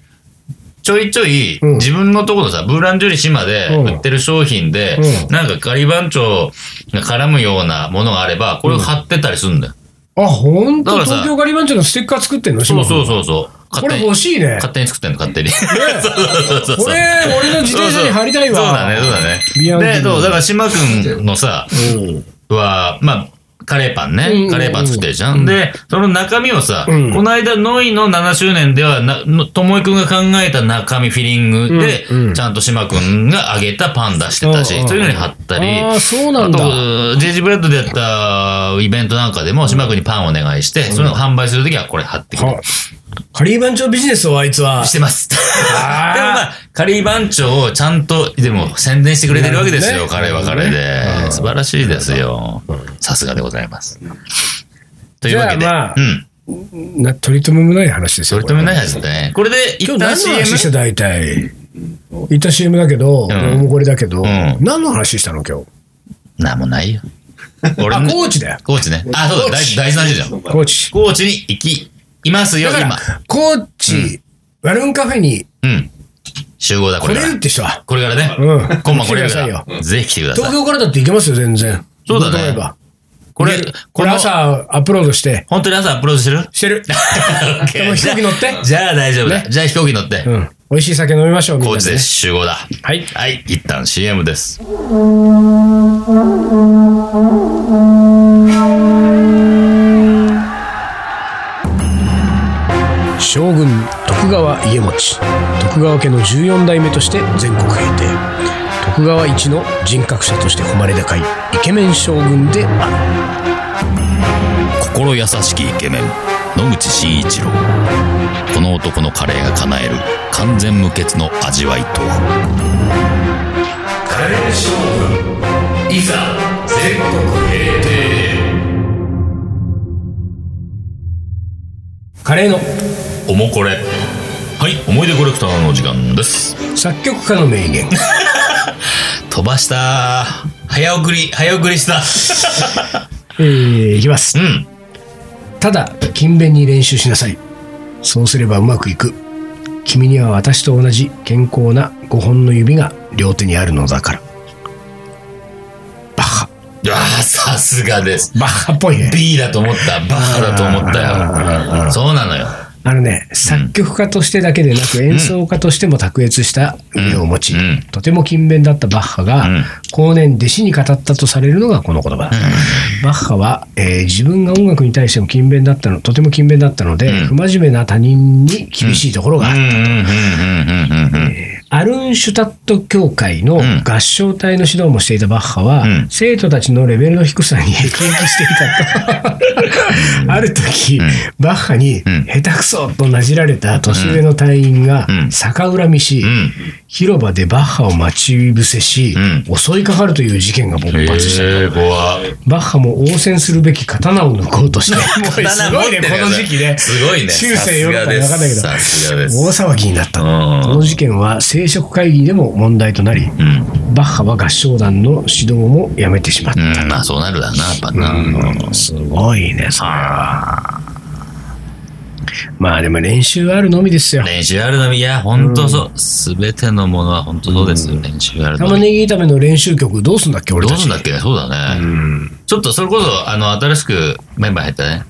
Speaker 2: ちょいちょい
Speaker 1: うん
Speaker 2: 自分のところさ、ブーランジュリ島で
Speaker 1: うん
Speaker 2: 売ってる商品で、
Speaker 1: うん
Speaker 2: なんかガリ番長が絡むようなものがあれば、これを貼ってたりするんだよ。
Speaker 1: あ、本当
Speaker 2: だからさ
Speaker 1: 東京ガリバンチョのステッカー作ってんの。
Speaker 2: そうそううそうそう。
Speaker 1: こ
Speaker 2: 勝手
Speaker 1: れ
Speaker 2: に
Speaker 1: 欲、しいね。
Speaker 2: 勝手に作ってんの、勝手に。 そうそうそうそう
Speaker 1: これ、俺の自転車に貼りたいわ。
Speaker 2: そうだね、そうだ
Speaker 1: ビアンキ
Speaker 2: ね。
Speaker 1: ー
Speaker 2: で、そう、だから島くんのさ、
Speaker 1: うん。
Speaker 2: は、まあ、カレーパン
Speaker 1: う
Speaker 2: ね。
Speaker 1: んうんうん
Speaker 2: カレーパン作ってるじゃん。で、その中身をさ、
Speaker 1: うん
Speaker 2: この間、ノイの7周年ではな、のともいくんが考えた中身フィリングで、
Speaker 1: うんうん
Speaker 2: ちゃんと島くんが揚げたパン出してたし、
Speaker 1: うんうん
Speaker 2: そういうのに貼ったり、
Speaker 1: ああ、そうな
Speaker 2: あ
Speaker 1: ん
Speaker 2: と
Speaker 1: だ。、
Speaker 2: ジェイジブレッドでやったイベントなんかでも、島くんにパンをお願いして、それを販売するときはこれ貼ってきて、
Speaker 1: はカリーバンチョビジネスをあいつは
Speaker 2: し。てます。でも
Speaker 1: あー
Speaker 2: まあ、カリー番長をちゃんと、でも宣伝してくれてるわけですよ、
Speaker 1: な
Speaker 2: カレ
Speaker 1: る
Speaker 2: ー
Speaker 1: ほ
Speaker 2: は
Speaker 1: どね
Speaker 2: カレーで。素晴らしいですよ。さすがでございます。というわけで、
Speaker 1: じゃあまあ
Speaker 2: うん。
Speaker 1: な、取り留めもない話です
Speaker 2: そ
Speaker 1: よ。
Speaker 2: れとも
Speaker 1: こ
Speaker 2: ない
Speaker 1: れ
Speaker 2: ですね。これで、一
Speaker 1: 今日
Speaker 2: 旦
Speaker 1: 何の
Speaker 2: CM?
Speaker 1: 話した大体。一旦 CM だけど、
Speaker 2: ん
Speaker 1: もうこれだけど、
Speaker 2: ん
Speaker 1: 何の話したの今日。
Speaker 2: なんもないよ。俺
Speaker 1: あ、
Speaker 2: ね
Speaker 1: コーチだよ。
Speaker 2: コーチね。あ、そうだ、大大事な話じゃん。
Speaker 1: コーチ。
Speaker 2: コーチに行き、いますよ、
Speaker 1: だから
Speaker 2: 今。、
Speaker 1: コーチ、ワルンカフェに
Speaker 2: うん。集合だ、こ
Speaker 1: 来
Speaker 2: れ
Speaker 1: れ
Speaker 2: か
Speaker 1: るっ
Speaker 2: ら。
Speaker 1: て人は。
Speaker 2: これからね。
Speaker 1: うん
Speaker 2: 今晩これる
Speaker 1: 来てくだ
Speaker 2: か
Speaker 1: さい
Speaker 2: ら。ぜひ来てくだ
Speaker 1: 東
Speaker 2: さい。
Speaker 1: 京からだって行けますよ、全然。
Speaker 2: そうだ
Speaker 1: 行こ
Speaker 2: ね
Speaker 1: と思えば
Speaker 2: これ
Speaker 1: 行ける、こ
Speaker 2: こ
Speaker 1: れ
Speaker 2: の、
Speaker 1: 朝アップロードして、
Speaker 2: 本当に朝アップロードしてる
Speaker 1: して る。でも飛行機乗って
Speaker 2: じゃあ大丈夫だ。
Speaker 1: ね
Speaker 2: じゃあ飛行機乗って。
Speaker 1: うん。美味しい酒飲みましょう、みん
Speaker 2: コー
Speaker 1: な
Speaker 2: チ
Speaker 1: で
Speaker 2: で
Speaker 1: ね。
Speaker 2: 集合だ。
Speaker 1: はい
Speaker 2: はい、一旦 CM です。
Speaker 1: 将軍徳川家持徳川家の14代目として全国平定徳川一の人格者として誉れ高いイケメン将軍である
Speaker 2: 心優しきイケメン、野口真一郎。この男のカレーが叶える完全無欠の味わいとは。カレー将軍、いざ、全国平定。
Speaker 1: カカレーの
Speaker 4: おもこれはい思い出コレクターのお時間です
Speaker 1: 作曲家の名 言。
Speaker 2: 飛ばした早送り早送りした
Speaker 1: えー、いきます
Speaker 4: う。ん
Speaker 1: ただ勤勉に練習しなさいそうすればうまくいく君には私と同じ健康な5本の指が両手にあるのだからバッハ
Speaker 2: ああさすがです
Speaker 1: バッハっぽいね
Speaker 2: B だと思ったバカだと思ったよそうなのよ
Speaker 1: あのね作曲家としてだけでなく演奏家としても卓越した腕を持ち、
Speaker 2: うんうん
Speaker 1: とても勤勉だったバッハが、
Speaker 2: うん
Speaker 1: 後年弟子に語ったとされるのがこの言葉、バッハは、えー自分が音楽に対しても勤勉だったのとても勤勉だったので、
Speaker 2: うん
Speaker 1: 不真面目な他人に厳しいところがあった、
Speaker 2: うんうんうんうんうんうん
Speaker 1: アルンシュタット協会の
Speaker 2: ん
Speaker 1: 合唱隊の指導もしていたバッハは、
Speaker 2: うん
Speaker 1: 生徒たちのレベルの低さに激激していたと。 ある時、バッハに、
Speaker 2: ん
Speaker 1: 下手くそとなじられた年上の隊員が
Speaker 2: うん
Speaker 1: 逆恨みし、
Speaker 2: うん
Speaker 1: 広場でバッハを待ち伏せし、
Speaker 2: う
Speaker 1: 襲いかかるという事件が勃
Speaker 2: へ
Speaker 1: 発した。
Speaker 2: え怖
Speaker 1: バッハも応戦するべき刀を抜こうとして、もうすごいね、
Speaker 2: 刀持ってる
Speaker 1: こ
Speaker 2: よ
Speaker 1: の時期ね。
Speaker 2: すごいね
Speaker 1: 中世ヨーロッパの中だけど
Speaker 2: さすが
Speaker 1: 大
Speaker 2: です
Speaker 1: 騒ぎになった。こ
Speaker 2: うん
Speaker 1: の事件は聖職会議でも問題となり、
Speaker 2: うん
Speaker 1: バッハは合唱団の指導もやめてしまった。
Speaker 2: うんまあそうなるだなやっぱな
Speaker 1: すごいね、それまあでも練習あるのみですよ。
Speaker 2: 練習あるのみいや本当そうすべてのものは本当そうですよ練習あるの
Speaker 1: 玉
Speaker 2: み
Speaker 1: ねぎ炒めの練習曲どうすんだっけ、俺
Speaker 2: ど
Speaker 1: た
Speaker 2: うす
Speaker 1: ち。
Speaker 2: んだっけねそうだねちょっとそれこそあの新しくメンバー入ったね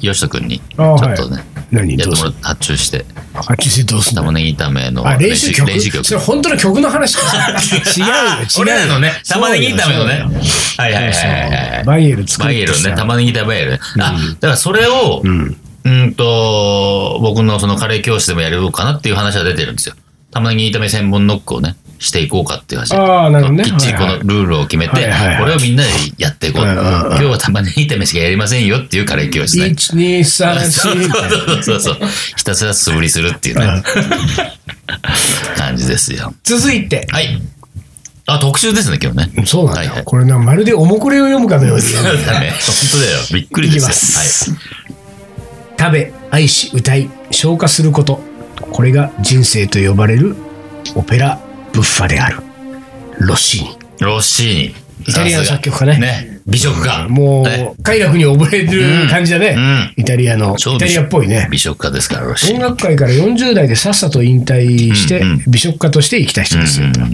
Speaker 2: よしとくんにち
Speaker 1: あ
Speaker 2: ょ
Speaker 1: はい
Speaker 2: っとね
Speaker 1: 何
Speaker 2: や
Speaker 1: どう
Speaker 2: って
Speaker 1: す
Speaker 2: も
Speaker 1: ん
Speaker 2: らって発注して
Speaker 1: あっちでどうすんだ
Speaker 2: 玉ねぎ炒めの
Speaker 1: あ、練習曲
Speaker 2: 練習曲
Speaker 1: それ本当の曲の話 か。違うよ、違うよ。
Speaker 2: 俺らのね、玉ねぎ炒めのね
Speaker 1: そうよ。
Speaker 2: はいはい
Speaker 1: そう
Speaker 2: はいはいは
Speaker 1: そう
Speaker 2: い。
Speaker 1: バイエル作
Speaker 2: バイエ
Speaker 1: って
Speaker 2: ル
Speaker 1: さ
Speaker 2: ね、玉ねぎ炒めバイエルね。あ、だからそれを、
Speaker 1: ん
Speaker 2: うんと、僕のそのカレー教室でもやろうかなっていう話は出てるんですよ。玉ねぎ炒め専門ノックをね、していこうかっていう話。
Speaker 1: あーなるほどね
Speaker 2: きっちりこのルールを決め
Speaker 1: はい
Speaker 2: て
Speaker 1: はいはい、
Speaker 2: これをみんなでやっていこう。
Speaker 1: うんうんうん
Speaker 2: 今日は玉ねぎ炒めしかやりませんよっていうカレー教室ね。
Speaker 1: 1、2、3、4みたいな。
Speaker 2: そうそうそう。ひたすら素振りするっていうね。感じですよ。
Speaker 1: 続いて。
Speaker 2: はい。あ、特集ですね、今日ね。
Speaker 1: そうなんだ
Speaker 2: はい
Speaker 1: よ。
Speaker 2: はい
Speaker 1: これな、まるでおもこれを読むかのよ うに。
Speaker 2: そうだね。本当だよ。びっくり
Speaker 1: い
Speaker 2: で
Speaker 1: き
Speaker 2: すよ。
Speaker 1: ます。食べ、愛し、歌い、消化すること。これが人生と呼ばれるオペラブッファである。ロッシーニ。
Speaker 2: はい。ロッシーニ。
Speaker 1: イタリアの
Speaker 2: さすが
Speaker 1: 作曲家ね
Speaker 2: ね。美食家。
Speaker 1: も
Speaker 2: ね
Speaker 1: う、快楽に溺れる感じだね。
Speaker 2: うん
Speaker 1: イタリアの。
Speaker 2: そう
Speaker 1: イタリアっぽいね。
Speaker 2: 美食家ですから、ロッシー
Speaker 1: 音
Speaker 2: ニ。
Speaker 1: 楽界から40代でさっさと引退して
Speaker 2: うんうん、
Speaker 1: 美食家として生きた人ですよ。
Speaker 2: ロ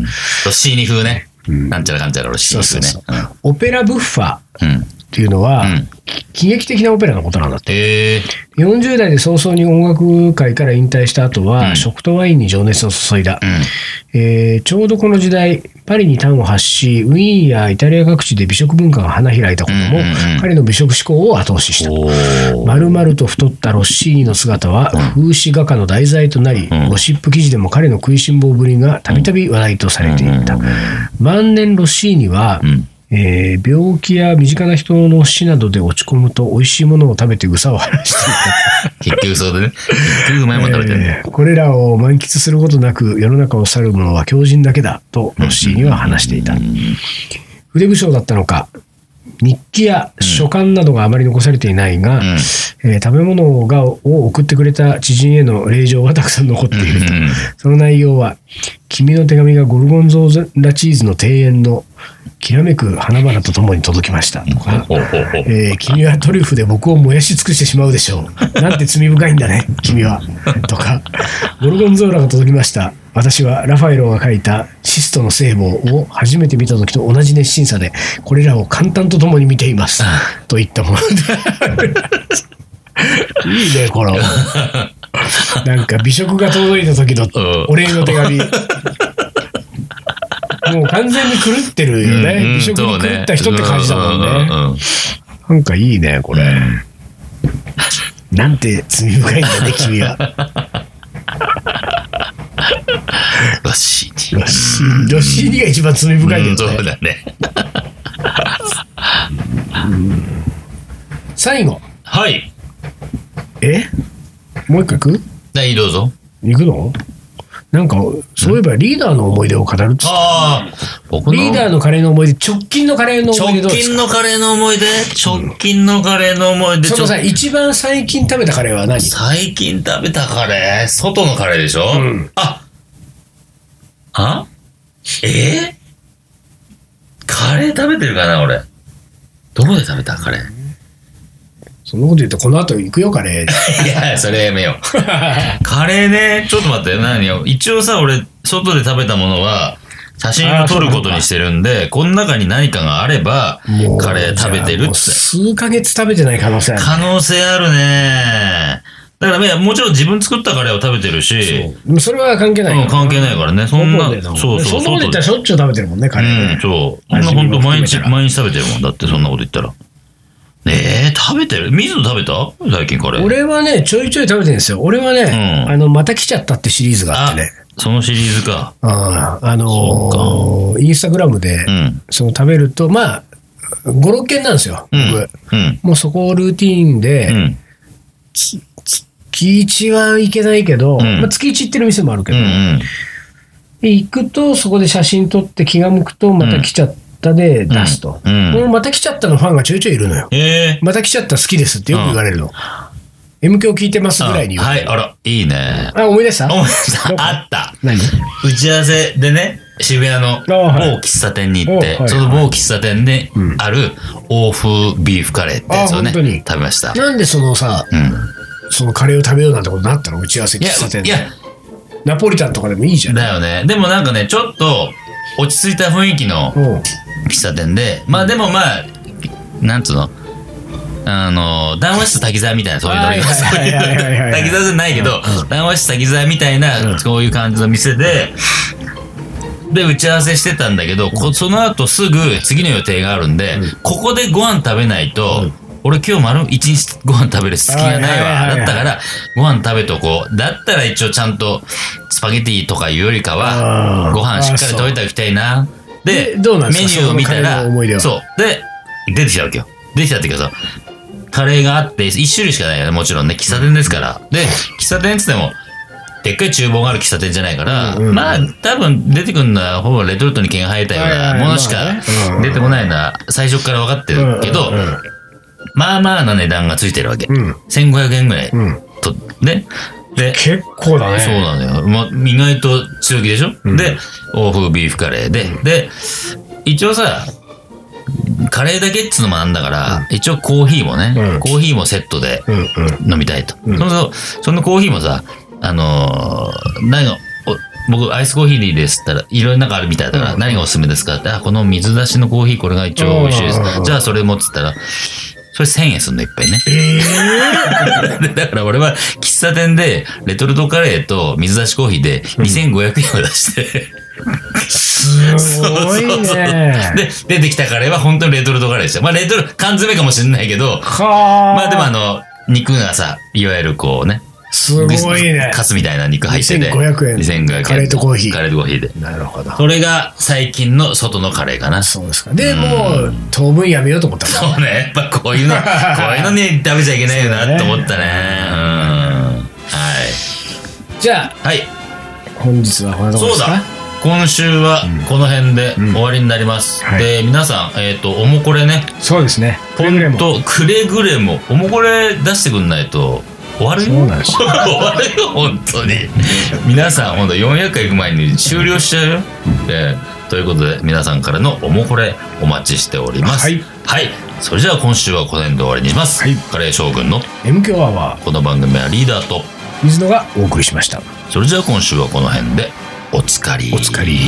Speaker 2: ッシーニ風ね。なんちゃらかんちゃらロッシー
Speaker 1: そう
Speaker 2: ニ
Speaker 1: そ
Speaker 2: 風
Speaker 1: うそう
Speaker 2: ね。
Speaker 1: オペラブッファっ
Speaker 2: うんうん。
Speaker 1: ていうのは
Speaker 2: うん、
Speaker 1: 喜劇的なオペラのことなんだって。
Speaker 2: へえ。
Speaker 1: 40代で早々に音楽界から引退した後は、
Speaker 2: うん
Speaker 1: 食とワインに情熱を注いだ、
Speaker 2: うん。
Speaker 1: えーちょうどこの時代パリに端を発しウィーンやイタリア各地で美食文化が花開いたことも、
Speaker 2: うんうんうん
Speaker 1: 彼の美食志向を後押しした
Speaker 2: おー
Speaker 1: 丸々と太ったロッシーニの姿は風刺画家の題材となり、
Speaker 2: うん
Speaker 1: ゴシップ記事でも彼の食いしん坊ぶりがたびたび話題とされていた、晩年ロッシーニは、
Speaker 2: ん
Speaker 1: えー病気や身近な人の死などで落ち込むと美味しいものを食べて憂さを晴らしていた
Speaker 2: 結局そうでね。結局うまいもん食べてるね。
Speaker 1: えーこれらを満喫することなく世の中を去る者は狂人だけだとロッシーには話していた筆武将だったのか日記や書簡などがあまり残されていないが、
Speaker 2: ん
Speaker 1: えー食べ物がを送ってくれた知人への令状がたくさん残っていると、
Speaker 2: うん
Speaker 1: その内容は「君の手紙がゴルゴンゾーラチーズの庭園のきらめく花々とともに届きました」とか
Speaker 2: ほうほうほう。
Speaker 1: えー君はトリュフで僕を燃やし尽くしてしまうでし ょう。なんて罪深いんだね、君は。とか、ゴルゴンゾーラが届きました。私はラファエロが書いたシストの聖母を初めて見た時と同じ熱心さで、これらを簡単とともに見てい ます。といったもので。いいね、この。なんか美食が届いた時の
Speaker 2: うん
Speaker 1: お礼の手 紙。もう完全に狂ってるよね。
Speaker 2: うん
Speaker 1: 美食に狂った人って感じだもんね。
Speaker 2: うんうんうんうん
Speaker 1: なんかいいね、これ。なんて罪深いんだね、君は。
Speaker 2: ロッシーニ。
Speaker 1: ロッシーロッシーニが一番罪深いけど
Speaker 2: うんそう
Speaker 1: ね。
Speaker 2: だね。
Speaker 1: 最後。
Speaker 2: はい。
Speaker 1: えもう一個行く
Speaker 2: はい、どうぞ。
Speaker 1: 行くのなんか、そういえばリーダーの思い出を語るっつっ
Speaker 2: ああ、僕の
Speaker 1: リーダーのカレーの思い出、直近のカレーの思い出
Speaker 2: 直
Speaker 1: どうです
Speaker 2: 近
Speaker 1: か
Speaker 2: のカレーの思い出直近のカレーの思い出
Speaker 1: その
Speaker 2: 直
Speaker 1: さ、一番最近食べたカレーは何
Speaker 2: 最近食べたカレー外のカレーでしょ、
Speaker 1: うん
Speaker 2: ああえー、カレー食べてるかな俺。どこで食べた カレー
Speaker 1: そんなこと言って、この後行くよ、カレー。
Speaker 2: いや、それやめよう。カレーね、ちょっと待って、何よ。一応さ、俺、外で食べたものは、写真を撮ることにしてるんで、この中に何かがあれば、カレー食べてる
Speaker 1: もう
Speaker 2: って。
Speaker 1: 数ヶ月食べてない可能性ある。
Speaker 2: 可能性あるね。だから、ね、もちろん自分作ったカレーを食べてるし、
Speaker 1: でもそれは関係ないよ
Speaker 2: うん、関係ないからね。そんな
Speaker 1: 外でだも、ん
Speaker 2: そうそう、
Speaker 1: んなこと言ったらし
Speaker 2: で
Speaker 1: ょっちゅう食べてるもんね、カレーね
Speaker 2: うん、そう。そんな
Speaker 1: 味見も
Speaker 2: 本当毎日、
Speaker 1: 含めたら
Speaker 2: 毎日食べてるもんだって、そんなこと言ったら。ねえ、食べてる水野食べた最近カレー。
Speaker 1: 俺はね、ちょいちょい食べてるんですよ。俺はね、
Speaker 2: うん
Speaker 1: あの、また来ちゃったってシリーズがあってね。
Speaker 2: そのシリーズか。
Speaker 1: ああのーインスタグラムで、
Speaker 2: うん。
Speaker 1: その食べると、まあ、5、6件なんですよ、
Speaker 2: う
Speaker 1: 僕。
Speaker 2: ん。うん。
Speaker 1: もうそこをルーティーンで、
Speaker 2: うん。
Speaker 1: 月1はいけないけど、
Speaker 2: ん
Speaker 1: まあ、月1行ってる店もあるけ
Speaker 2: うん
Speaker 1: ど、
Speaker 2: うん。
Speaker 1: 行くとそこで写真撮って気が向くとまた来ちゃったで出すと、
Speaker 2: うんうん
Speaker 1: このまた来ちゃったのファンがちょいちょいいるのよ
Speaker 2: ええ。
Speaker 1: また来ちゃった好きですってよく言われるの、M 響聞いてますぐらいに言う
Speaker 2: はい、あら、いいね。
Speaker 1: あ思い出した
Speaker 2: お前さ
Speaker 1: ど
Speaker 2: ん
Speaker 1: こ
Speaker 2: あった。
Speaker 1: 何
Speaker 2: 打ち合わせでね、渋谷の某
Speaker 1: はい
Speaker 2: 喫茶店に行って、
Speaker 1: おはい
Speaker 2: その某喫茶店で
Speaker 1: うん
Speaker 2: ある欧風ビーフカレーってやつをね、
Speaker 1: あ本当
Speaker 2: 食
Speaker 1: に
Speaker 2: べました。
Speaker 1: なんでそのさ
Speaker 2: うん、
Speaker 1: そのカレーを食べようなんてことになったの打ち合わせ喫
Speaker 2: いや
Speaker 1: 茶店、
Speaker 2: い
Speaker 1: で
Speaker 2: や、
Speaker 1: ナポリタンとかでもいいじゃん
Speaker 2: だよね。でもなんかね、ちょっと落ち着いた雰囲気の
Speaker 1: うん
Speaker 2: 喫茶店で、まあでもまあ、なんつうの、あの、談話室滝沢みたいな、そういうの
Speaker 1: はいはい
Speaker 2: そう
Speaker 1: はいいうはいはいはい
Speaker 2: 滝沢じゃないけど、談話室滝沢みたいな、そういう感じの店で、で、打ち合わせしてたんだけど、こその後すぐ次の予定があるんで、ここでご飯食べないと、俺今日丸一日ご飯食べる隙がな
Speaker 1: はい
Speaker 2: い
Speaker 1: はいはいは
Speaker 2: わ。
Speaker 1: い
Speaker 2: だったから、ご飯食べとこう。だったら一応ちゃんとスパゲティとかいうよりか
Speaker 1: あ
Speaker 2: は、
Speaker 1: ー
Speaker 2: ご飯しっかりといておきたいな。で、
Speaker 1: でどうなんですか
Speaker 2: メニューを見た
Speaker 1: そこのカレー
Speaker 2: ら
Speaker 1: の思い出、は
Speaker 2: そう。で、出てきたわけよ。出てきたっていうかさ、カレーがあって、一種類しかないよね、もちろんね。喫茶店ですから。で、喫茶店っつっても、でっかい厨房がある喫茶店じゃないから、
Speaker 1: うんうん
Speaker 2: まあ、多分出てくるのは、ほぼレトルトに毛が生えたよう
Speaker 1: はいはい
Speaker 2: な
Speaker 1: はい
Speaker 2: ものし
Speaker 1: まあ
Speaker 2: か
Speaker 1: ねうんうん
Speaker 2: 出てこないのは、最初から分かってるけど、
Speaker 1: うんうん
Speaker 2: まあまあな値段がついてるわけ。
Speaker 1: うん
Speaker 2: 1500円ぐらい。
Speaker 1: うんうん
Speaker 2: と、ね。で、
Speaker 1: 結構だね
Speaker 2: そうなのよ。ま、意外と強気でしょ、で、欧風ビーフカレーで。で、一応さ、カレーだけっつうのもなんだから、一応コーヒーもね、
Speaker 1: うん
Speaker 2: コーヒーもセットで
Speaker 1: うんうん
Speaker 2: 飲みたいと。
Speaker 1: うん
Speaker 2: そのそのコーヒーもさ、あのー何が、お僕、アイスコーヒーでいいですって言ったら、いろいろなんかあるみたいだから、
Speaker 1: うん
Speaker 2: 何がおすすめですかって、あ、この水出しのコーヒー、これが一応美味しいです
Speaker 1: うんうんうん。
Speaker 2: じゃあ、それもっつったら、それ1000円すんの、いっぱいね。 でだから俺は喫茶店でレトルトカレーと水出しコーヒーで2500円を出して、
Speaker 1: すごいね
Speaker 2: そうそうそう で、出てきたカレーは本当にレトルトカレーでした。まあレトル、缶詰かもしれないけど、
Speaker 1: はあ
Speaker 2: まあでもあの、肉がさ、いわゆるこうね、
Speaker 1: すごいね
Speaker 2: カスみたいな肉入ってて。
Speaker 1: 2500円
Speaker 2: 2500
Speaker 1: カレーとコーヒー
Speaker 2: カレーとコーヒーで。
Speaker 1: なるほど
Speaker 2: それが最近の外のカレーかな。そ
Speaker 1: そ うですか。で、もう、当分やめようと思ったの
Speaker 2: うね、やっぱこうい うの、こういうのに食べちゃいけないよなと思ったね。うん。はい。
Speaker 1: じゃあ、
Speaker 2: はい。
Speaker 1: 本日はこんなとこで
Speaker 2: そう
Speaker 1: すか
Speaker 2: だ今週はこの辺で終わりになります。
Speaker 1: はい
Speaker 2: で、皆さん、えっ、と、おもこれね、
Speaker 1: そうですね。くれぐれも。
Speaker 2: と、くれぐれも、おもこれ出してくんないと、終わるよ。
Speaker 1: そうなんです
Speaker 2: 終わるよ、本当に。皆さん、ほんと400回行く前に終了しちゃうよ。えーということで、皆さんからのおもこれお待ちしております。
Speaker 1: はい。
Speaker 2: はい。それじゃあ今週はこの辺で終わりにします。
Speaker 1: はい
Speaker 2: カレー将軍の
Speaker 1: M 強アワ
Speaker 2: この番組はリーダーと、
Speaker 1: ー、水野がお送りしました。
Speaker 2: それじゃあ今週はこの辺で、おつかり。
Speaker 1: おつかり。